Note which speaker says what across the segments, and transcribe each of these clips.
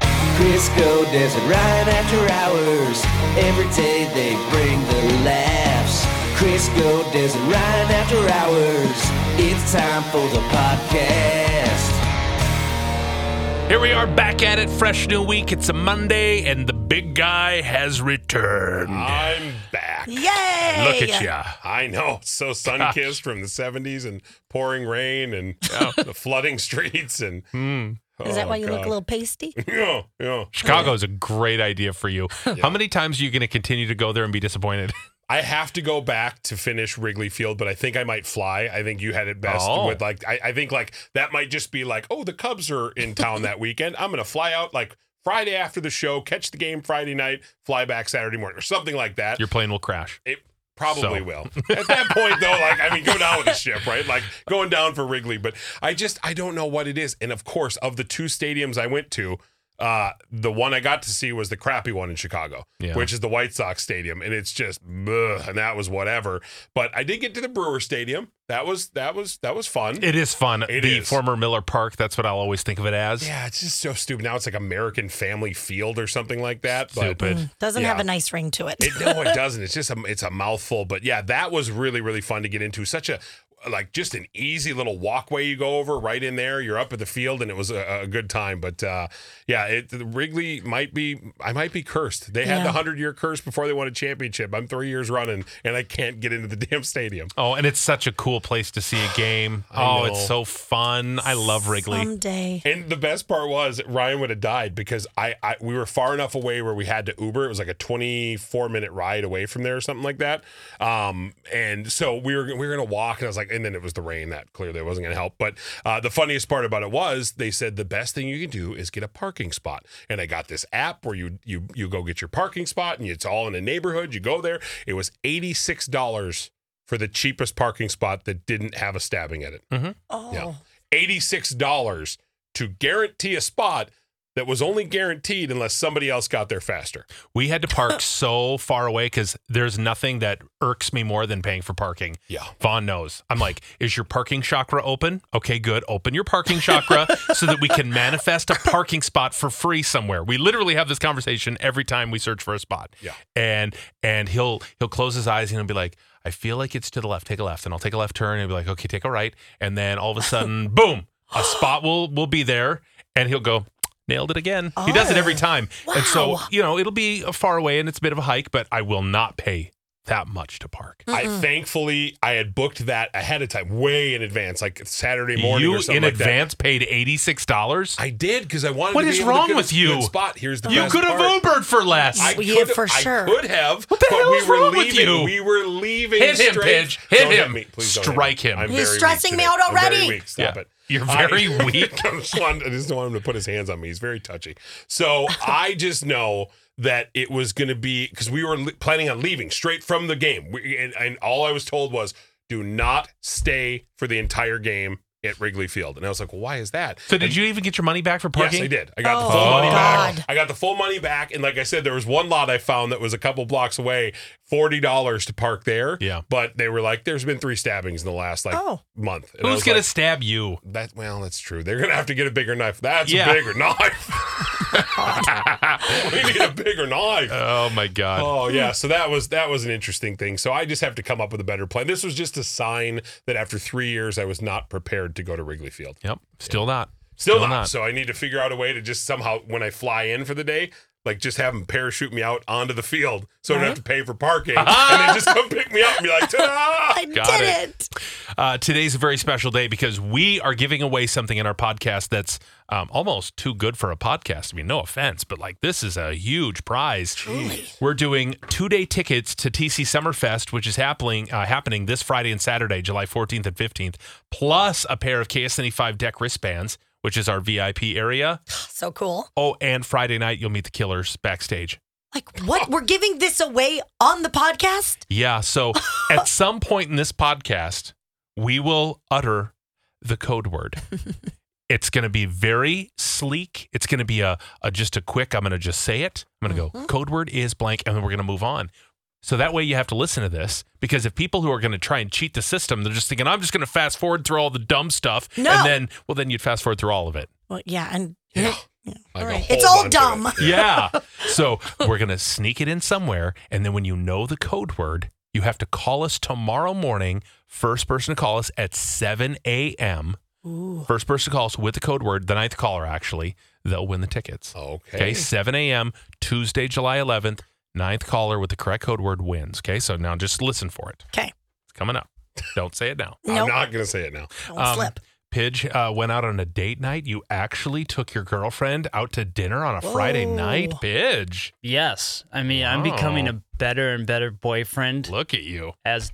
Speaker 1: Crisco Desert Ryan after hours. Every day they bring the laughs. Crisco Desert Ryan after hours. It's time for the podcast.
Speaker 2: Here we are back at it, fresh new week. It's a Monday, and the big guy has returned.
Speaker 3: I'm back.
Speaker 4: Yay!
Speaker 2: Look at ya.
Speaker 3: I know. It's so sun kissed from the 70s and pouring rain and the flooding streets. And
Speaker 4: Is that
Speaker 3: Oh,
Speaker 4: why you look
Speaker 3: God.
Speaker 4: a little pasty?
Speaker 3: yeah, yeah.
Speaker 2: Chicago's a great idea for you. How many times are you going to continue to go there and be disappointed?
Speaker 3: I have to go back to finish Wrigley Field, but I think I might fly. I think you had it best
Speaker 2: Oh.
Speaker 3: with like, I, I think like that might just be like, oh, the Cubs are in town that weekend. I'm going to fly out like Friday after the show, catch the game Friday night, fly back Saturday morning or something like that.
Speaker 2: Your plane will crash.
Speaker 3: It probably
Speaker 2: So.
Speaker 3: will. At that point, though, like I mean, go down with the ship, right? Like going down for Wrigley. But I just I don't know what it is. And of course, of the two stadiums I went to, uh, the one I got to see was the crappy one in Chicago,
Speaker 2: Yeah.
Speaker 3: which is the White Sox Stadium, and it's just bleh, and that was whatever. But I did get to the Brewer Stadium. That was that was that was fun.
Speaker 2: It is fun.
Speaker 3: It
Speaker 2: the
Speaker 3: is.
Speaker 2: former Miller Park, that's what I'll always think of it as.
Speaker 3: yeah, it's just so stupid. Now it's like American Family Field or something like that. But
Speaker 2: Stupid.
Speaker 4: Mm, Doesn't have
Speaker 3: Yeah.
Speaker 4: a nice ring to it.
Speaker 3: It, no, it doesn't. It's just a, it's a mouthful. But yeah, that was really really fun to get into. Such a like just an easy little walkway you go over right in there. You're up at the field, and it was a, a good time. But uh, yeah, it, the Wrigley might be I might be cursed. They had
Speaker 4: Yeah.
Speaker 3: the hundred year curse before they won a championship. I'm three years running, and I can't get into the damn stadium.
Speaker 2: Oh, and it's such a cool place to see a game.
Speaker 3: I
Speaker 2: oh,
Speaker 3: know.
Speaker 2: it's so fun. I love Wrigley.
Speaker 4: Someday.
Speaker 3: And the best part was Ryan would have died because I, I we were far enough away where we had to Uber. It was like a 24 minute ride away from there or something like that. Um, and so we were we were gonna walk, and I was like, and then it was the rain that clearly wasn't gonna help. But uh, the funniest part about it was they said the best thing you can do is get a parking spot. And I got this app where you you you go get your parking spot, and it's all in a neighborhood. You go there. It was eighty six dollars for the cheapest parking spot that didn't have a stabbing at it.
Speaker 4: oh,
Speaker 3: Yeah. $86 to guarantee a spot that was only guaranteed unless somebody else got there faster.
Speaker 2: We had to park so far away because there's nothing that irks me more than paying for parking.
Speaker 3: Yeah.
Speaker 2: Vaughn knows. I'm like, is your parking chakra open? Okay, good. Open your parking chakra so that we can manifest a parking spot for free somewhere. We literally have this conversation every time we search for a spot.
Speaker 3: Yeah.
Speaker 2: And and he'll he'll close his eyes and he'll be like, I feel like it's to the left. Take a left. And I'll take a left turn and he'll be like, okay, take a right. And then all of a sudden, boom, a spot will will be there. And he'll go, nailed it again. He does it every
Speaker 4: Oh.
Speaker 2: time. And so,
Speaker 4: Wow.
Speaker 2: you know, it'll be far away and it's a bit of a hike, but I will not pay that much to park.
Speaker 3: I thankfully I had booked that ahead of time, way in advance, like Saturday morning
Speaker 2: you
Speaker 3: or something
Speaker 2: in
Speaker 3: like that.
Speaker 2: advance paid eighty six dollars.
Speaker 3: I did because I wanted.
Speaker 2: What
Speaker 3: to be
Speaker 2: is
Speaker 3: able to
Speaker 2: wrong
Speaker 3: get a
Speaker 2: with you?
Speaker 3: good Spot here's the
Speaker 2: You
Speaker 3: best
Speaker 2: could have
Speaker 3: part.
Speaker 2: Ubered for less.
Speaker 3: I
Speaker 4: Yeah,
Speaker 3: could
Speaker 4: for sure.
Speaker 3: I could have.
Speaker 2: What the
Speaker 3: but
Speaker 2: hell
Speaker 3: we
Speaker 2: is
Speaker 3: were
Speaker 2: wrong with
Speaker 3: leaving,
Speaker 2: you?
Speaker 3: We were leaving.
Speaker 2: Hit him,
Speaker 3: straight-
Speaker 2: Pidge. Hit
Speaker 3: Don't
Speaker 2: him.
Speaker 3: Me. Please don't hit
Speaker 2: Strike
Speaker 3: me.
Speaker 2: him.
Speaker 3: I'm
Speaker 4: He's
Speaker 3: very weak
Speaker 4: stressing me
Speaker 3: today.
Speaker 4: out
Speaker 3: I'm very
Speaker 4: already.
Speaker 3: weak. Stop
Speaker 2: Yeah.
Speaker 3: it.
Speaker 2: You're
Speaker 3: I-
Speaker 2: very weak.
Speaker 3: I just, want, I just don't want him to put his hands on me. He's very touchy. So I just know that it was going to be because we were li- planning on leaving straight from the game, we, and, and all I was told was do not stay for the entire game at Wrigley Field. And I was like, well, why is that?
Speaker 2: so did you even get your money back for parking?
Speaker 3: Yes, I did. I got the
Speaker 4: Oh,
Speaker 3: full money
Speaker 4: God.
Speaker 3: back. I got the full money back. And like I said, there was one lot I found that was a couple blocks away, forty dollars to park there.
Speaker 2: Yeah.
Speaker 3: But they were like, there's been three stabbings in the last like
Speaker 4: Oh.
Speaker 3: month. And I
Speaker 2: Who's
Speaker 3: was
Speaker 2: gonna
Speaker 3: like,
Speaker 2: stab you?
Speaker 3: that well, that's true. They're gonna have to get a bigger knife. That's
Speaker 2: Yeah.
Speaker 3: a bigger knife. we need a bigger knife.
Speaker 2: Oh my god.
Speaker 3: Oh yeah, so that was that was an interesting thing. So I just have to come up with a better plan. This was just a sign that after three years, I was not prepared to go to Wrigley Field.
Speaker 2: Yep. Still not.
Speaker 3: Still not. So I need to figure out a way to just somehow, when I fly in for the day, like just have them parachute me out onto the field so I don't have to pay for parking. and then just come pick me up and be like, ta
Speaker 4: I
Speaker 2: Got
Speaker 4: did
Speaker 2: it.
Speaker 4: it.
Speaker 2: Uh, today's a very special day because we are giving away something in our podcast that's um, almost too good for a podcast. I mean, no offense, but like this is a huge prize. We're doing two day tickets to TC Summerfest, which is happening uh, happening this Friday and Saturday, July 14th and 15th, plus a pair of KSNE 5 E deck wristbands. which is our VIP area.
Speaker 4: So cool.
Speaker 2: Oh, and Friday night you'll meet the Killers backstage.
Speaker 4: Like, what? We're giving this away on the podcast?
Speaker 2: Yeah. So at some point in this podcast, we will utter the code word. it's going to be very sleek. It's going to be a, a just a quick, I'm going to just say it. I'm going to go, code word is blank, and then we're going to move on. So that way you have to listen to this because if people who are going to try and cheat the system, they're just thinking, I'm just going to fast forward through all the dumb stuff.
Speaker 4: No.
Speaker 2: And then, well, then you'd fast forward through all of it.
Speaker 4: Well, yeah. And
Speaker 3: Yeah. Like
Speaker 4: all
Speaker 3: a
Speaker 4: right.
Speaker 3: whole
Speaker 4: It's all
Speaker 3: bunch of it.
Speaker 4: dumb.
Speaker 2: Yeah. So we're going to sneak it in somewhere. And then when you know the code word, you have to call us tomorrow morning. First person to call us at 7 a.m. First person to call us with the code word, the ninth caller, actually, they'll win the tickets.
Speaker 3: Okay.
Speaker 2: Okay. 7 a.m. Tuesday, July 11th. Ninth caller with the correct code word wins. Okay. So now just listen for it.
Speaker 4: Okay.
Speaker 2: It's coming up. Don't say it now.
Speaker 4: Nope.
Speaker 3: I'm not going to say it now.
Speaker 4: Don't
Speaker 2: Um,
Speaker 4: slip.
Speaker 2: Pidge uh, went out on a date night. You actually took your girlfriend out to dinner on a Friday
Speaker 4: Whoa.
Speaker 2: night. Pidge,
Speaker 5: Yes. I mean, I'm becoming
Speaker 2: Wow.
Speaker 5: a better and better boyfriend
Speaker 2: look at you.
Speaker 5: as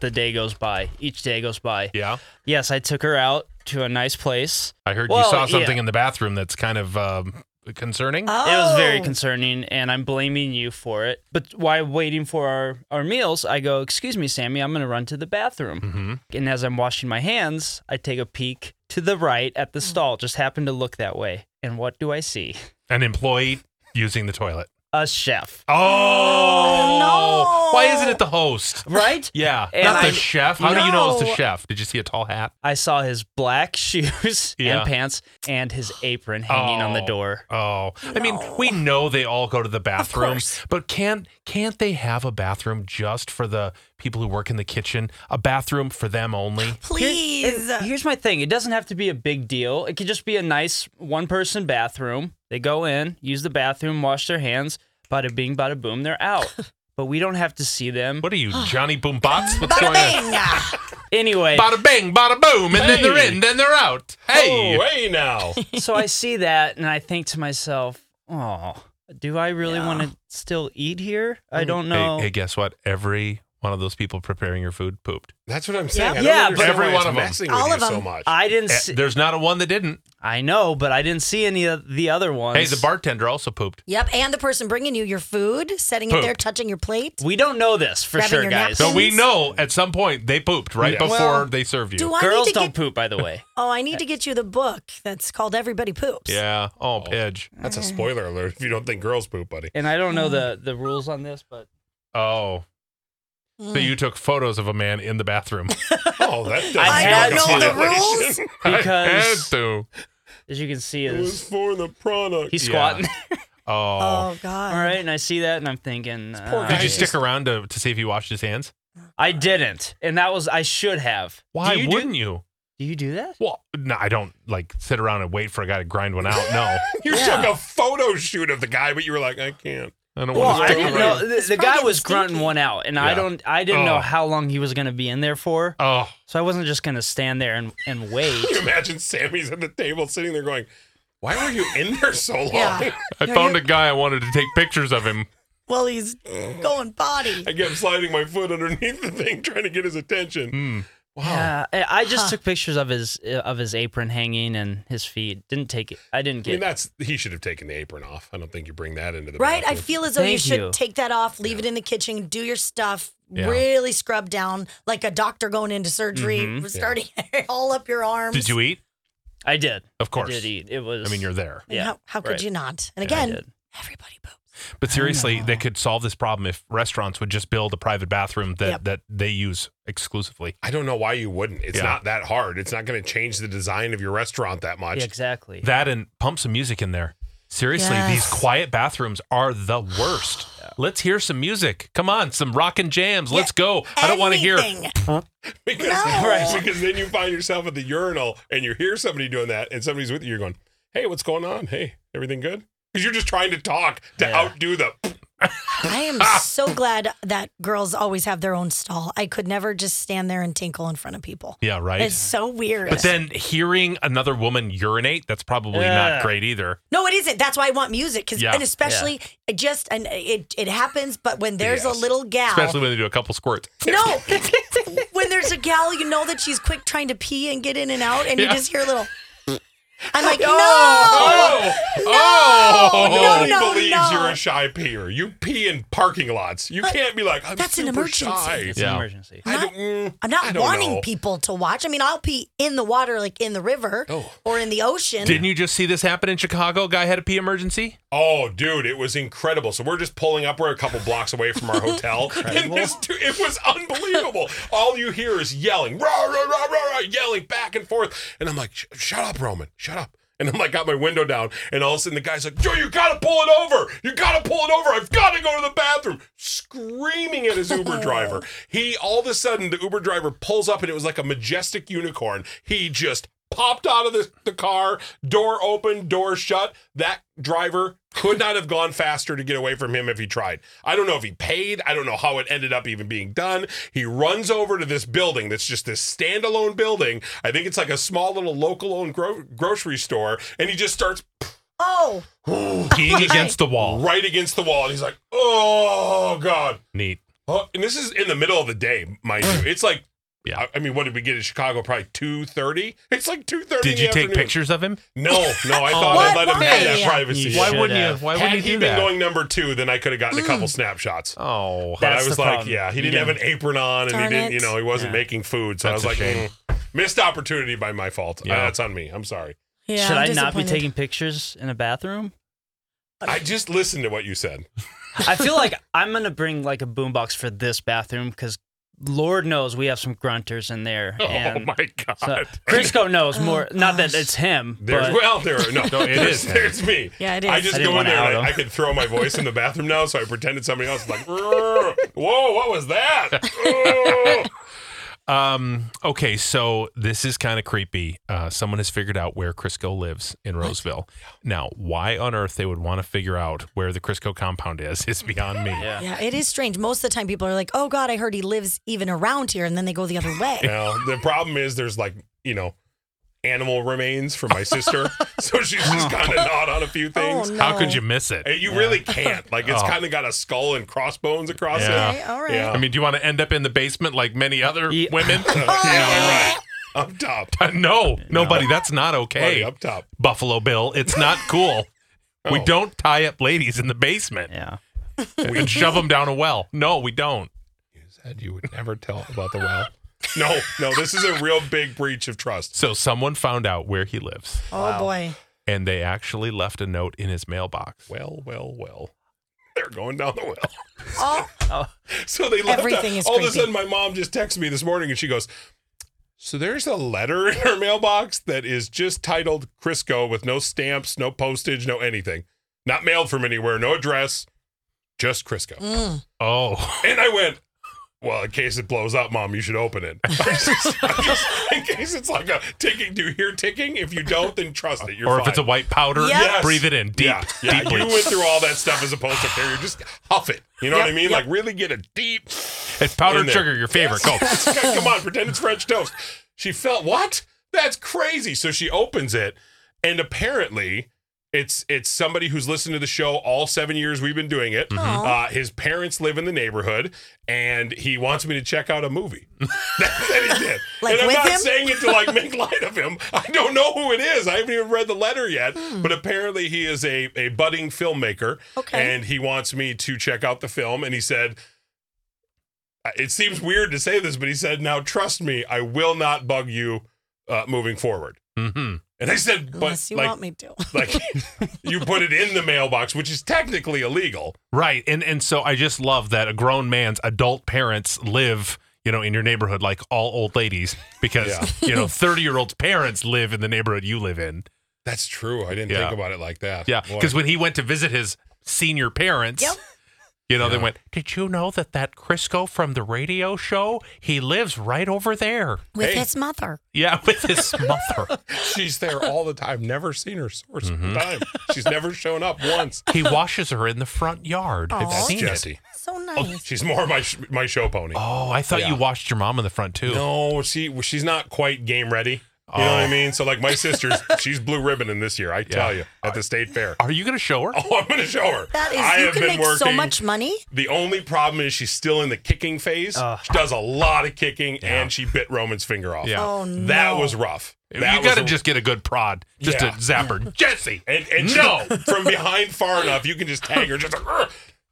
Speaker 5: the day goes by. Each day goes by.
Speaker 2: Yeah.
Speaker 5: Yes, I took her out to a nice place.
Speaker 2: I heard you
Speaker 5: Well,
Speaker 2: saw something
Speaker 5: yeah.
Speaker 2: in the bathroom that's kind of um, concerning.
Speaker 4: Oh.
Speaker 5: It was very concerning, and I'm blaming you for it. But while waiting for our, our meals, I go, Excuse me, Sammy, I'm going to run to the bathroom.
Speaker 2: Mm-hmm.
Speaker 5: And as I'm washing my hands, I take a peek to the right at the stall. Just happened to look that way. And what do I see?
Speaker 2: An employee using the toilet.
Speaker 5: A chef.
Speaker 2: Oh,
Speaker 4: no.
Speaker 2: Why isn't it the host?
Speaker 5: Right?
Speaker 2: Yeah,
Speaker 5: And
Speaker 2: not the
Speaker 5: I-
Speaker 2: chef. How do you know it's the
Speaker 4: No.
Speaker 2: chef? Did you see a tall hat?
Speaker 5: I saw his black shoes
Speaker 2: Yeah.
Speaker 5: and pants and his apron hanging on the
Speaker 2: Oh.
Speaker 5: door.
Speaker 2: Oh, I mean, we know they all go to the bathroom,
Speaker 4: course.
Speaker 2: but can't can't they have a bathroom just for the people who work in the kitchen? A bathroom for them only.
Speaker 5: Here-
Speaker 4: Please.
Speaker 5: it- here's my thing. It doesn't have to be a big deal. It could just be a nice one person bathroom. They go in, use the bathroom, wash their hands, bada bing, bada boom, they're out. but we don't have to see them.
Speaker 2: What are you, Johnny Boom Bots? What's
Speaker 4: Bada
Speaker 2: going on?
Speaker 4: bing.
Speaker 5: Anyway,
Speaker 2: Bada bing, bada boom, and then they're in, then they're out. Hey,
Speaker 3: Oh, hey now.
Speaker 5: so I see that and I think to myself, oh, do I really want to still eat here? I don't know.
Speaker 2: Mm. Hey, hey, guess what? Every one of those people preparing your food pooped.
Speaker 3: That's what I'm saying. I don't
Speaker 5: Yeah, but-
Speaker 3: understand
Speaker 2: Every
Speaker 3: why
Speaker 2: one
Speaker 3: it's
Speaker 2: of 'em.
Speaker 3: messing
Speaker 4: All
Speaker 3: with
Speaker 4: of
Speaker 3: you so
Speaker 4: 'em.
Speaker 3: much.
Speaker 5: I didn't
Speaker 2: Eh,
Speaker 5: see,
Speaker 2: There's not a one that didn't.
Speaker 5: I know, but I didn't see any of the other ones.
Speaker 2: Hey, the bartender also pooped.
Speaker 4: Yep. And the person bringing you your food, setting it there,
Speaker 2: Pooped.
Speaker 4: touching your plate.
Speaker 5: We don't know this for
Speaker 4: Grabbing
Speaker 5: sure,
Speaker 4: your
Speaker 5: guys.
Speaker 2: So
Speaker 4: napkin?
Speaker 2: we know at some point they pooped right
Speaker 3: Yeah.
Speaker 2: before
Speaker 4: Well,
Speaker 2: they served you.
Speaker 4: Do I
Speaker 5: Girls
Speaker 4: need to
Speaker 5: don't
Speaker 4: get,
Speaker 5: poop, by the way.
Speaker 4: Oh, I need to get you the book that's called Everybody Poops.
Speaker 2: yeah. Oh, Pidge.
Speaker 3: That's a spoiler alert if you don't think girls poop, buddy.
Speaker 5: And I don't know the, the rules on this, but
Speaker 2: Oh.
Speaker 5: Mm.
Speaker 2: So you took photos of a man in the bathroom.
Speaker 3: Oh, that doesn't
Speaker 5: I
Speaker 3: sound
Speaker 5: don't
Speaker 3: like
Speaker 5: know
Speaker 3: a
Speaker 4: the
Speaker 3: violation.
Speaker 4: rules.
Speaker 5: Because-
Speaker 2: I had to.
Speaker 5: as you can see,
Speaker 3: It was
Speaker 5: is
Speaker 3: for the product.
Speaker 5: he's
Speaker 2: Yeah.
Speaker 5: squatting.
Speaker 2: Oh.
Speaker 4: Oh, God.
Speaker 5: All right, and I see that, and I'm thinking,
Speaker 3: poor
Speaker 5: uh,
Speaker 2: Did you
Speaker 3: Nice.
Speaker 2: stick around to, to see if he washed his hands?
Speaker 5: I didn't, and that was I should have.
Speaker 2: Why
Speaker 5: do you
Speaker 2: wouldn't
Speaker 5: do,
Speaker 2: you?
Speaker 5: do you do that?
Speaker 2: Well, no, I don't like sit around and wait for a guy to grind one out. No,
Speaker 3: you took a photo shoot of the guy, but you were like, I can't.
Speaker 2: I don't
Speaker 5: Well,
Speaker 2: want
Speaker 5: I
Speaker 2: to stick
Speaker 5: didn't know.
Speaker 2: around.
Speaker 5: The, the
Speaker 4: probably
Speaker 5: guy
Speaker 4: getting
Speaker 5: was grunting
Speaker 4: stinky.
Speaker 5: one out, and I
Speaker 2: Yeah.
Speaker 5: don't. I didn't
Speaker 2: Oh.
Speaker 5: know how long he was going to be in there for,
Speaker 2: Oh,
Speaker 5: so I wasn't just going to stand there and, and
Speaker 3: Can you
Speaker 5: wait.
Speaker 3: imagine Sammy's at the table sitting there going, Why were you in there so long?
Speaker 4: Yeah.
Speaker 2: I found a guy I wanted to take pictures of him.
Speaker 4: Well, he's going body.
Speaker 3: I kept sliding my foot underneath the thing trying to get his attention. Wow.
Speaker 5: Yeah, I I just took pictures of his of his apron hanging and his feet. Didn't take it. I didn't
Speaker 3: I
Speaker 5: get.
Speaker 3: mean, that's he should have taken the apron off. I don't think you bring that into the
Speaker 4: Right? I
Speaker 3: bathroom.
Speaker 4: feel as though you
Speaker 5: Thank
Speaker 4: should
Speaker 5: you.
Speaker 4: take that off, leave it in the kitchen, do your stuff,
Speaker 2: Yeah.
Speaker 4: really scrub down like a doctor going into surgery, starting all up your arms.
Speaker 2: Mm-hmm. Did you eat?
Speaker 5: I did.
Speaker 2: Of course.
Speaker 5: I did eat. It was.
Speaker 2: I mean, you're there.
Speaker 4: And
Speaker 5: Yeah,
Speaker 4: How, how could
Speaker 5: right.
Speaker 4: you not? And
Speaker 5: Yeah, I
Speaker 4: again,
Speaker 5: did.
Speaker 4: everybody poops.
Speaker 2: But seriously, they could solve this problem if restaurants would just build a private bathroom that,
Speaker 4: Yep.
Speaker 2: that they use exclusively.
Speaker 3: I don't know why you wouldn't. It's
Speaker 2: Yeah.
Speaker 3: not that hard. It's not going to change the design of your restaurant that much.
Speaker 5: Yeah, exactly.
Speaker 2: That and pump some music in there. Seriously,
Speaker 4: Yes.
Speaker 2: these quiet bathrooms are the worst. Let's hear some music. Come on, some rockin' jams. Let's go. I don't want to hear.
Speaker 4: Anything.
Speaker 3: Because,
Speaker 4: No.
Speaker 3: right, because then you find yourself at the urinal and you hear somebody doing that and somebody's with you. You're going, hey, what's going on? Hey, everything good? Because you're just trying to talk to
Speaker 5: Yeah.
Speaker 3: outdo the.
Speaker 4: I am so glad that girls always have their own stall. I could never just stand there and tinkle in front of people.
Speaker 2: Yeah, right.
Speaker 4: It's so weird.
Speaker 2: but then hearing another woman urinate, that's probably not
Speaker 5: Yeah.
Speaker 2: great either.
Speaker 4: No, it isn't. That's why I want music, because
Speaker 2: Yeah.
Speaker 4: and especially it just and it it happens. But when there's
Speaker 3: Yes.
Speaker 4: a little gal,
Speaker 2: Especially when they do a couple squirts.
Speaker 4: no, when there's a gal, you know that she's quick trying to pee and get in and out, and
Speaker 2: Yeah.
Speaker 4: you just hear a little. I'm like, no.
Speaker 3: Oh,
Speaker 4: No,
Speaker 3: nobody
Speaker 4: no,
Speaker 3: believes
Speaker 4: no.
Speaker 3: you're a shy peer. You pee in parking lots. You can't be like, I'm
Speaker 4: That's an
Speaker 3: super
Speaker 4: emergency.
Speaker 3: shy.
Speaker 5: It's
Speaker 2: Yeah.
Speaker 5: an emergency.
Speaker 3: I don't, mm,
Speaker 4: I'm
Speaker 3: I
Speaker 4: not
Speaker 3: don't
Speaker 4: wanting
Speaker 3: know.
Speaker 4: people to watch. I mean, I'll pee in the water, like in the river
Speaker 3: Oh.
Speaker 4: or in the ocean.
Speaker 2: Didn't you just see this happen in Chicago? Guy had a pee emergency.
Speaker 3: Oh, dude, it was incredible. So we're just pulling up. We're a couple blocks away from our hotel, and this dude, it was unbelievable. All you hear is yelling, rah, rah, rah, rah, rah, yelling back and forth, and I'm like, "Sh- "Shut up, Roman, shut up." And I'm like, got my window down, and all of a sudden the guy's like, "Yo, you gotta pull it over! You gotta pull it over! I've gotta go to the bathroom!" Screaming at his Uber driver. He all of a sudden the Uber driver pulls up, and it was like a majestic unicorn. He just popped out of the, the car, door open, door shut. That driver could not have gone faster to get away from him if he tried. I don't know if he paid. I don't know how it ended up even being done. He runs over to this building that's just this standalone building. I think it's like a small little local owned gro- grocery store. And he just starts
Speaker 4: Oh,
Speaker 2: Peeing against the wall.
Speaker 3: right against the wall. And he's like, oh, God.
Speaker 2: Neat.
Speaker 3: Oh, and this is in the middle of the day, mind you. It's like,
Speaker 2: Yeah.
Speaker 3: I, I mean, what did we get in Chicago? Probably 2.30? It's like 2.30
Speaker 2: Did you take
Speaker 3: pictures?
Speaker 2: pictures of him?
Speaker 3: No, no, I thought I
Speaker 4: What?
Speaker 3: let him have
Speaker 4: Why?
Speaker 3: that privacy.
Speaker 5: You Why
Speaker 3: Had
Speaker 5: would- wouldn't have.
Speaker 2: Why
Speaker 3: he been going number two, then I could have gotten a couple snapshots.
Speaker 2: oh,
Speaker 3: But
Speaker 5: That's
Speaker 3: I was
Speaker 5: the
Speaker 3: like,
Speaker 5: problem.
Speaker 3: yeah, he
Speaker 5: You
Speaker 3: didn't have an apron on, and he
Speaker 4: Darn
Speaker 3: didn't,
Speaker 4: it.
Speaker 3: you know, he wasn't
Speaker 5: Yeah.
Speaker 3: making food. So
Speaker 2: That's
Speaker 3: I was
Speaker 2: a
Speaker 3: like,
Speaker 2: shame.
Speaker 3: mm, missed opportunity by my fault. Uh,
Speaker 2: Yeah.
Speaker 3: that's on me. I'm sorry.
Speaker 4: yeah.
Speaker 5: Should
Speaker 4: I'm
Speaker 5: i not be
Speaker 4: disappointed.
Speaker 5: taking pictures in a bathroom?
Speaker 3: I just listened to what you said.
Speaker 5: I feel like I'm gonna bring like a boombox for this bathroom because Lord knows we have some grunters in there.
Speaker 3: oh
Speaker 5: and
Speaker 3: my god!
Speaker 5: so- Crisco knows more. Not that
Speaker 4: Oh gosh.
Speaker 5: it's him,
Speaker 3: There's
Speaker 5: but
Speaker 3: well, there no, no
Speaker 2: it
Speaker 3: there's,
Speaker 2: is.
Speaker 3: There's me.
Speaker 4: Yeah, it is.
Speaker 3: I just
Speaker 5: I
Speaker 3: go
Speaker 5: didn't
Speaker 3: in
Speaker 5: wanna
Speaker 3: there.
Speaker 5: out
Speaker 3: And I,
Speaker 5: him.
Speaker 3: I could throw my voice in the bathroom now, so I pretended somebody else. Like, "Rrr, whoa, what was that? Oh."
Speaker 2: Um, okay, so this is kind of creepy. Uh, someone has figured out where Crisco lives in Roseville. Now, why on earth they would want to figure out where the Crisco compound is is beyond me.
Speaker 5: Yeah.
Speaker 4: Yeah, it is strange. Most of the time, people are like, "Oh God, I heard he lives even around here," and then they go the other way.
Speaker 3: Now the problem is there's like you know animal remains from my sister, so she's just kind of gnawed on a few things.
Speaker 4: Oh, no.
Speaker 2: How could you miss it?
Speaker 3: And You really can't. Like it's
Speaker 2: Oh.
Speaker 3: kind of got a skull and crossbones across
Speaker 2: Yeah.
Speaker 3: it.
Speaker 4: Okay, all right.
Speaker 3: Yeah.
Speaker 2: I mean, do you want to end up in the basement like many other
Speaker 5: Ye-
Speaker 2: women?
Speaker 3: yeah, right. Up top,
Speaker 2: no, nobody. That's not okay.
Speaker 3: buddy, up top.
Speaker 2: Buffalo Bill, it's not cool. We
Speaker 3: Oh.
Speaker 2: don't tie up ladies in the basement
Speaker 5: yeah.
Speaker 2: and shove them down a well. No, we don't.
Speaker 3: You said you would never tell about the well. No, no, this is a real big breach of trust.
Speaker 2: So someone found out where he lives,
Speaker 4: Oh boy.
Speaker 2: and they actually left a note in his mailbox.
Speaker 3: Well, well, well. They're going down the well.
Speaker 4: Oh,
Speaker 3: So they left.
Speaker 4: Everything
Speaker 3: out-
Speaker 4: is
Speaker 3: all of a
Speaker 4: creepy.
Speaker 3: sudden, my mom just texted me this morning, and she goes, "So there's a letter in her mailbox that is just titled Crisco with no stamps, no postage, no anything. Not mailed from anywhere, no address, just Crisco."
Speaker 4: Mm.
Speaker 2: Oh,
Speaker 3: And I went, "Well, in case it blows up, mom, you should open it. I just- I just- in case it's like a ticking. Do you hear ticking? If you don't, then trust it. You're
Speaker 2: or
Speaker 3: fine.
Speaker 2: if it's a white powder,
Speaker 4: Yep. Yes.
Speaker 2: breathe it in deep,
Speaker 3: Yeah, yeah,
Speaker 2: deeply.
Speaker 3: You went through all that stuff as opposed to here. You just huff it. You know what I mean? Like really get a deep.
Speaker 2: It's powdered
Speaker 3: in there.
Speaker 2: sugar, your favorite Coke.
Speaker 3: Come on, pretend it's French toast. She felt what? That's crazy. So she opens it, and apparently. It's it's somebody who's listened to the show all seven years we've been doing it. Uh, his parents live in the neighborhood, and he wants me to check out a movie. That's what he did.
Speaker 4: Like
Speaker 3: and I'm
Speaker 4: with
Speaker 3: not
Speaker 4: him?
Speaker 3: saying it to like make light of him. I don't know who it is. I haven't even read the letter yet.
Speaker 4: Hmm.
Speaker 3: But apparently, he is a a budding filmmaker,
Speaker 4: Okay.
Speaker 3: and he wants me to check out the film. And he said, it seems weird to say this, but he said, "Now trust me, I will not bug you uh, moving forward."
Speaker 2: hmm
Speaker 3: And I said, "But
Speaker 4: unless you
Speaker 3: like,
Speaker 4: want me to.
Speaker 3: like you put it in the mailbox, which is technically illegal."
Speaker 2: Right, and and so I just love that a grown man's adult parents live. You know, in your neighborhood, like all old ladies, because
Speaker 3: Yeah.
Speaker 2: you know, thirty-year-olds' parents live in the neighborhood you live in.
Speaker 3: That's true. I didn't
Speaker 2: Yeah.
Speaker 3: think about it like that.
Speaker 2: Yeah,
Speaker 3: Boy.
Speaker 2: because when he went to visit his senior parents,
Speaker 4: Yep.
Speaker 2: you know, they
Speaker 3: Yeah.
Speaker 2: went, "Did you know that that Crisco from the radio show? He lives right over there."
Speaker 4: With
Speaker 3: Hey.
Speaker 4: his mother.
Speaker 2: Yeah, with his mother.
Speaker 3: she's there all the time, never seen her source of
Speaker 2: Mm-hmm.
Speaker 3: the time. She's never shown up once.
Speaker 2: He washes her in the front yard. I've
Speaker 4: Aw.
Speaker 2: seen it.
Speaker 3: Jesse,
Speaker 4: So nice.
Speaker 3: Oh, she's more my sh- my show pony.
Speaker 2: Oh, I thought
Speaker 3: Yeah.
Speaker 2: you washed your mom in the front too.
Speaker 3: No, she she's not quite game ready. You know what
Speaker 2: Oh.
Speaker 3: I mean? So like my sister's, she's blue ribbon in this year. I tell you at the state fair.
Speaker 2: Are you going to show her?
Speaker 3: Oh, I'm gonna show her.
Speaker 4: That is,
Speaker 3: I
Speaker 4: you
Speaker 3: have
Speaker 4: can
Speaker 3: been
Speaker 4: make
Speaker 3: working.
Speaker 4: so much money.
Speaker 3: The only problem is she's still in the kicking phase. she does a lot of kicking, and she bit Roman's finger off.
Speaker 2: Yeah.
Speaker 4: Oh no,
Speaker 3: that was rough. That
Speaker 2: you
Speaker 3: was
Speaker 2: got to
Speaker 3: a-
Speaker 2: just get a good prod just
Speaker 3: Yeah.
Speaker 2: to zap her. Jesse.
Speaker 3: and, and
Speaker 2: No.
Speaker 3: she- from behind far enough, you can just tag her. Just like, "Argh."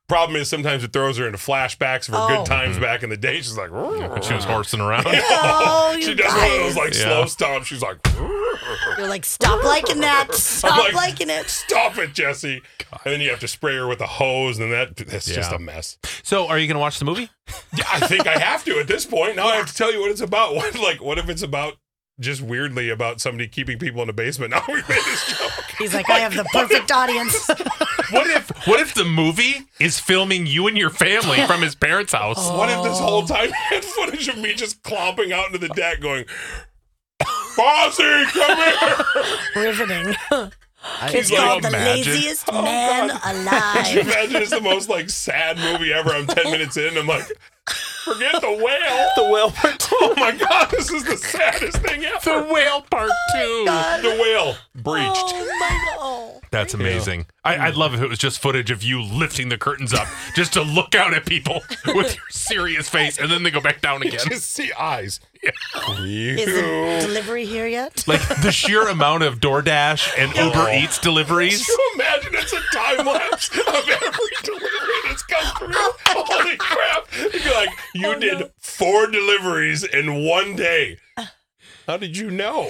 Speaker 3: problem is sometimes it throws her into flashbacks of her
Speaker 4: Oh.
Speaker 3: good times back in the day. She's like, "Argh."
Speaker 2: Mm-hmm. She was horsing around.
Speaker 4: Oh,
Speaker 3: she
Speaker 4: you
Speaker 3: does one of those
Speaker 4: guys.
Speaker 3: like
Speaker 2: Yeah.
Speaker 3: slow stomps. She's like, "Argh."
Speaker 4: You're like, stop liking that. Stop
Speaker 3: like-
Speaker 4: liking it.
Speaker 3: stop it, Jesse. And then you have to spray her with a hose, and then that that's just
Speaker 2: Yeah.
Speaker 3: a mess.
Speaker 2: So, are you going to watch the movie?
Speaker 3: Yeah, I think I have to at this point. Now I have to tell you what it's about. What like what if it's about just weirdly about somebody keeping people in a basement? Now we made this joke.
Speaker 4: He's like, I have the perfect audience.
Speaker 2: What if what if the movie is filming you and your family from his parents' house?
Speaker 4: Oh.
Speaker 3: What if this whole time had footage of me just clomping out into the deck going, Bossy, come here!
Speaker 4: Riveting. It's
Speaker 3: like,
Speaker 4: called the
Speaker 3: imagine.
Speaker 4: laziest
Speaker 3: Oh,
Speaker 4: man
Speaker 3: God. Could you
Speaker 4: alive.
Speaker 3: imagine it's the most like sad movie ever? I'm 10 minutes in and I'm like, forget the whale.
Speaker 5: The whale.
Speaker 3: Oh my god, this is the saddest thing ever.
Speaker 2: The whale part two.
Speaker 3: The whale breached.
Speaker 4: Oh my god.
Speaker 2: That's amazing. I, I'd love if it was just footage of you lifting the curtains up just to look out at people with your serious face, and then they go back down again.
Speaker 3: Just see eyes. You.
Speaker 4: Is the delivery here yet?
Speaker 2: Like the sheer amount of DoorDash and Uber Eats deliveries.
Speaker 3: Can you imagine it's a time lapse of every delivery that's come through? Holy crap! You'd be like, you did four deliveries in one day. How did you know?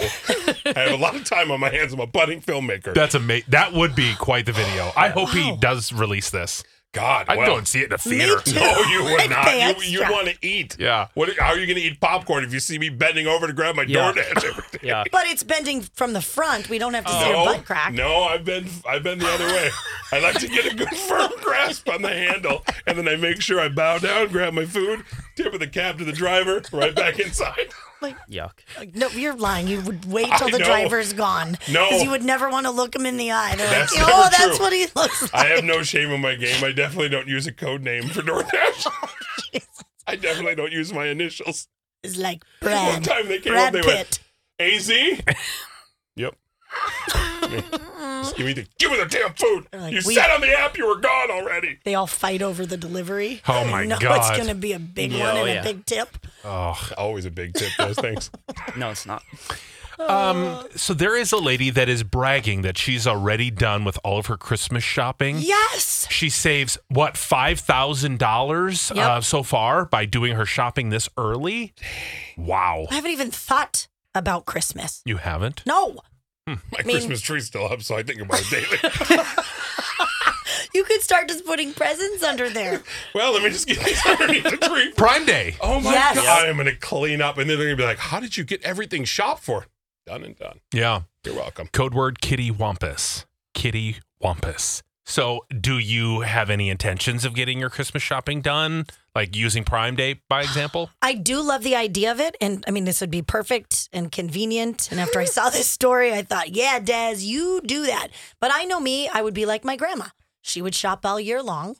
Speaker 3: I have a lot of time on my hands. I'm a budding filmmaker.
Speaker 2: That's amazing. That would be quite the video. I hope he does release this.
Speaker 3: God,
Speaker 2: I'd
Speaker 3: well,
Speaker 2: go and see it in a theater.
Speaker 4: too.
Speaker 3: No, Oh, you would
Speaker 4: I'd pay
Speaker 3: not.
Speaker 4: extra.
Speaker 3: You, you'd want to eat.
Speaker 2: Yeah.
Speaker 3: What? How are you going to eat popcorn if you see me bending over to grab my
Speaker 5: Yeah.
Speaker 3: DoorDash every day?
Speaker 5: Yeah.
Speaker 4: But it's bending from the front. We don't have to see your butt crack.
Speaker 3: no, I've been I've been the other way. I like to get a good firm grasp on the handle, and then I make sure I bow down, grab my food, tip of the cab to the driver, right back inside.
Speaker 5: Yuck.
Speaker 4: Like, No, you're lying. You would wait
Speaker 3: I
Speaker 4: till the
Speaker 3: know.
Speaker 4: driver's gone.
Speaker 3: No.
Speaker 4: Because you would never want to look him in the eye. They're
Speaker 3: That's
Speaker 4: like,
Speaker 3: never
Speaker 4: oh, that's
Speaker 3: true.
Speaker 4: what he looks like.
Speaker 3: I have no shame in my game. I definitely don't use a code name for
Speaker 4: Oh,
Speaker 3: DoorDash. I definitely don't use my initials.
Speaker 4: It's like
Speaker 3: One
Speaker 4: Brad.
Speaker 3: time they came
Speaker 4: Brad
Speaker 3: up, they
Speaker 4: Pitt.
Speaker 3: went, AZ? yep. Just give me the give me the damn food.
Speaker 4: They're like,
Speaker 3: you
Speaker 4: "We-
Speaker 3: said on the app you were gone already.
Speaker 4: They all fight over the delivery.
Speaker 2: Oh, my
Speaker 4: no,
Speaker 2: God.
Speaker 4: It's going to be a big
Speaker 5: Yeah,
Speaker 4: one
Speaker 5: oh,
Speaker 4: and
Speaker 5: yeah.
Speaker 4: a big tip.
Speaker 3: Always a big tip, those things.
Speaker 5: No, it's not.
Speaker 2: Um, so there is a lady that is bragging that she's already done with all of her Christmas shopping.
Speaker 4: Yes.
Speaker 2: She saves what five thousand dollars
Speaker 4: Yep.
Speaker 2: uh, so far by doing her shopping this early. Wow,
Speaker 4: I haven't even thought about Christmas.
Speaker 2: you haven't?
Speaker 4: No.
Speaker 3: My
Speaker 4: mean-
Speaker 3: Christmas tree's still up, so I think about it daily.
Speaker 4: You could start just putting presents under there.
Speaker 3: well, let me just get these underneath the tree.
Speaker 2: Prime Day.
Speaker 3: Oh my
Speaker 4: Yes.
Speaker 3: god! I'm gonna clean up, and then they're gonna be like, "How did you get everything shopped for?" Done and done.
Speaker 2: Yeah.
Speaker 3: You're welcome.
Speaker 2: Code word Kitty Wampus. Kitty Wampus. So, do you have any intentions of getting your Christmas shopping done, like using Prime Day, by example?
Speaker 4: I do love the idea of it. And I mean, this would be perfect and convenient. And after I saw this story, I thought, yeah, Des, you do that. But I know me, I would be like my grandma. She would shop all year long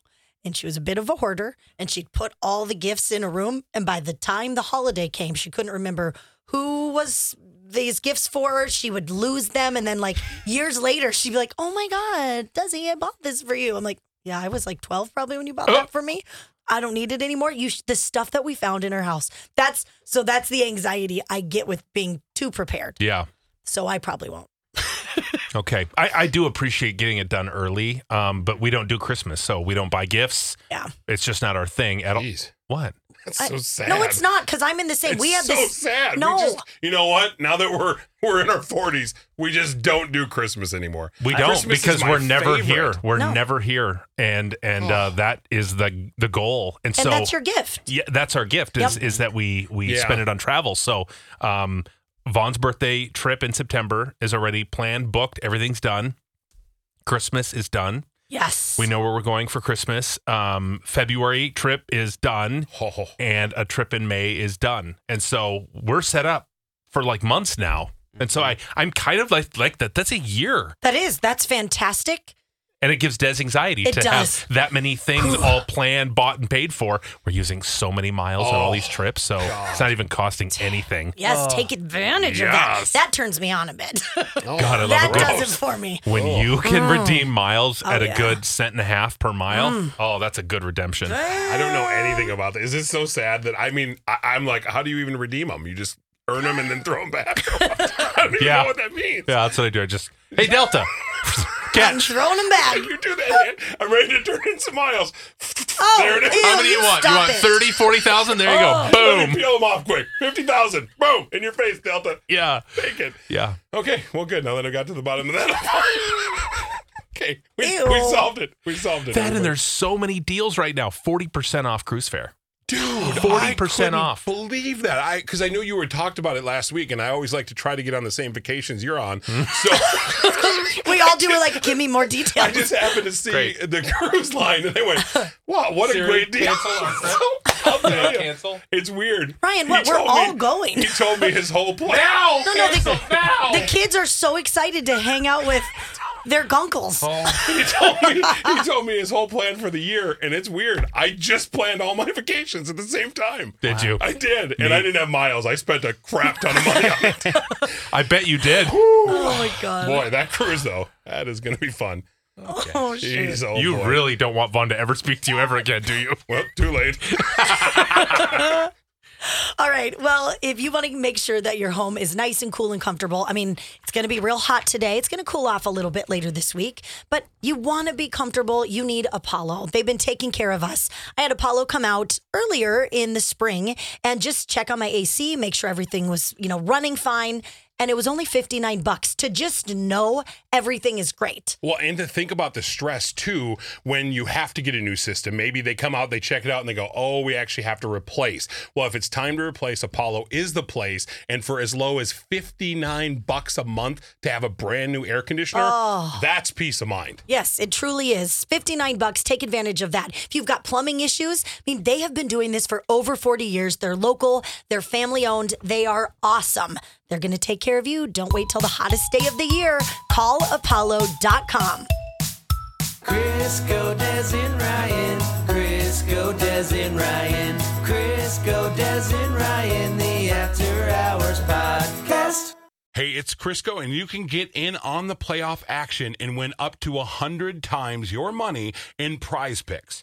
Speaker 4: and she was a bit of a hoarder and she'd put all the gifts in a room. And by the time the holiday came, she couldn't remember who was these gifts for. She would lose them. And then, like, years later, she'd be like, oh my God, Desi, I bought this for you. I'm like, yeah, I was like 12 probably when you
Speaker 2: Oh.
Speaker 4: bought that for me. I don't need it anymore. You sh- the stuff that we found in our house. That's so that's the anxiety I get with being too prepared.
Speaker 2: Yeah.
Speaker 4: So I probably won't.
Speaker 2: Okay. I, I do appreciate getting it done early, um, but we don't do Christmas, so we don't buy gifts.
Speaker 4: Yeah.
Speaker 2: It's just not our thing at all.
Speaker 3: Jeez,
Speaker 2: What?
Speaker 3: that's
Speaker 4: I-
Speaker 3: so sad.
Speaker 4: No, it's not because I'm in the same.
Speaker 3: It's
Speaker 4: we had
Speaker 3: so
Speaker 4: this.
Speaker 3: sad.
Speaker 4: No.
Speaker 3: we just, you know what? Now that we're we're in our 40s, we just don't do Christmas anymore.
Speaker 2: We don't
Speaker 3: Uh, Christmas is
Speaker 2: because
Speaker 3: my
Speaker 2: we're never here.
Speaker 3: favorite.
Speaker 2: We're
Speaker 4: No.
Speaker 2: never here, and and uh, that is the the goal. And,
Speaker 4: and
Speaker 2: so
Speaker 4: that's your gift.
Speaker 2: yeah, that's our gift is
Speaker 4: Yep.
Speaker 2: is that we we
Speaker 3: Yeah.
Speaker 2: spend it on travel. So, um, Vaughn's birthday trip in September is already planned, booked, everything's done. Christmas is done.
Speaker 4: Yes.
Speaker 2: We know where we're going for Christmas. Um, February trip is done,
Speaker 3: Ho, ho, ho.
Speaker 2: and a trip in May is done, and so we're set up for like months now. And so I I'm kind of like like that. That's a year.
Speaker 4: That is. That's fantastic.
Speaker 2: And it gives Des anxiety
Speaker 4: It
Speaker 2: to
Speaker 4: does.
Speaker 2: have that many things all planned, bought, and paid for. We're using so many miles on all these trips, so it's not even costing anything.
Speaker 4: Yes, take advantage of that.
Speaker 2: Oh. Yes.
Speaker 4: That turns me on a bit.
Speaker 2: God, I love
Speaker 4: that
Speaker 2: a good
Speaker 4: does it
Speaker 2: host.
Speaker 4: for me.
Speaker 2: When you can redeem miles at a
Speaker 4: yeah. Mm.
Speaker 2: good cent and a half per mile, oh, that's a good redemption.
Speaker 3: I don't know anything about this. Is this so sad that I mean I, I'm like, how do you even redeem them? You just earn them and then throw them back. I don't even
Speaker 2: Yeah.
Speaker 3: know what that means.
Speaker 2: Yeah, that's what I do. I just, hey, Delta,
Speaker 4: I'm
Speaker 2: catch.
Speaker 4: throwing them back.
Speaker 3: You do that, man. I'm ready to turn in some miles.
Speaker 4: Oh,
Speaker 3: there it is.
Speaker 4: ew,
Speaker 2: How many you, want? You
Speaker 4: stop
Speaker 2: want
Speaker 4: it. Oh.
Speaker 2: 30, 40,000? There you go.
Speaker 3: Let
Speaker 2: Boom.
Speaker 3: me peel them off quick. Fifty thousand. Boom. In your face, Delta.
Speaker 2: Yeah.
Speaker 3: Take it.
Speaker 2: Yeah.
Speaker 3: Okay. Well, good. Now that I got to the bottom of that. okay. We,
Speaker 4: Ew.
Speaker 3: we solved it. We solved it.
Speaker 2: That and
Speaker 3: everybody.
Speaker 2: there's so many deals right now. 40% off cruise fare.
Speaker 3: Dude,
Speaker 2: 40%
Speaker 3: I
Speaker 2: off.
Speaker 3: couldn't Believe that. I because I knew you were talked about it last week, and I always like to try to get on the same vacations you're on.
Speaker 2: Hmm.
Speaker 3: So
Speaker 4: We all do it like, give me more
Speaker 3: I
Speaker 4: details.
Speaker 3: just happened to see
Speaker 2: Great.
Speaker 3: the cruise line, and I went, "Wow, what a
Speaker 6: Siri,
Speaker 3: great deal!"
Speaker 6: cancel on that.
Speaker 3: I'll tell ya,
Speaker 6: cancel?
Speaker 3: It's weird.
Speaker 4: Ryan,
Speaker 3: He
Speaker 4: what? We're
Speaker 3: told
Speaker 4: all
Speaker 3: me-
Speaker 4: going.
Speaker 3: He told me his whole plan.
Speaker 6: Now!
Speaker 4: No, no,
Speaker 6: cancel
Speaker 4: the-
Speaker 6: now!
Speaker 4: The kids are so excited to hang out with their gunkles.
Speaker 6: Oh
Speaker 3: He told me he told me his whole plan for the year, and it's weird. I just planned all my vacations at the same time.
Speaker 2: Did you?
Speaker 3: I did, and I didn't have miles. I spent a crap ton of money on it.
Speaker 2: I bet you did.
Speaker 4: Oh my god.
Speaker 3: Boy, that cruise though, that is gonna be fun.
Speaker 4: Oh shit.
Speaker 3: Jeez, oh
Speaker 2: you
Speaker 3: boy.
Speaker 2: really don't want Vaughn to ever speak to you ever again, do you?
Speaker 3: well, too late.
Speaker 4: All right. Well, if you want to make sure that your home is nice and cool and comfortable, I mean, it's going to be real hot today. It's going to cool off a little bit later this week, but you want to be comfortable. You need Apollo. They've been taking care of us. I had Apollo come out earlier in the spring and just check on my AC, make sure everything was, you know, running fine. And it was only 59 bucks to just know everything is great.
Speaker 3: Well, and to think about the stress too when you have to get a new system. Maybe they come out, they check it out, and they go, oh, we actually have to replace. Well, if it's time to replace, Apollo is the place. And for as low as 59 bucks a month to have a brand new air conditioner, that's peace of mind.
Speaker 4: Yes, it truly is. 59 bucks. Take advantage of that. If you've got plumbing issues, I mean, they have been doing this for over 40 years. They're local, they're family owned, they are awesome. They're going to take care of you. Don't wait till the hottest day of the year. Call apollo.com.
Speaker 1: Crisco Des and Ryan. Crisco Des and Ryan. Crisco Des and Ryan. The After Hours Podcast.
Speaker 3: Hey, it's Crisco, and you can get in on the playoff action and win up to 100 times your money in prize picks.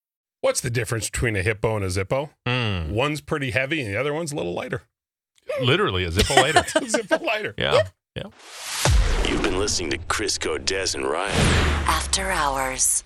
Speaker 3: What's the difference between a hippo and a zippo? One's pretty heavy and the other one's a little lighter.
Speaker 2: Literally, a zippo later.
Speaker 3: zippo lighter.
Speaker 2: Yeah. Yeah.
Speaker 7: You've been listening to Chris Godez and Ryan.
Speaker 8: After Hours.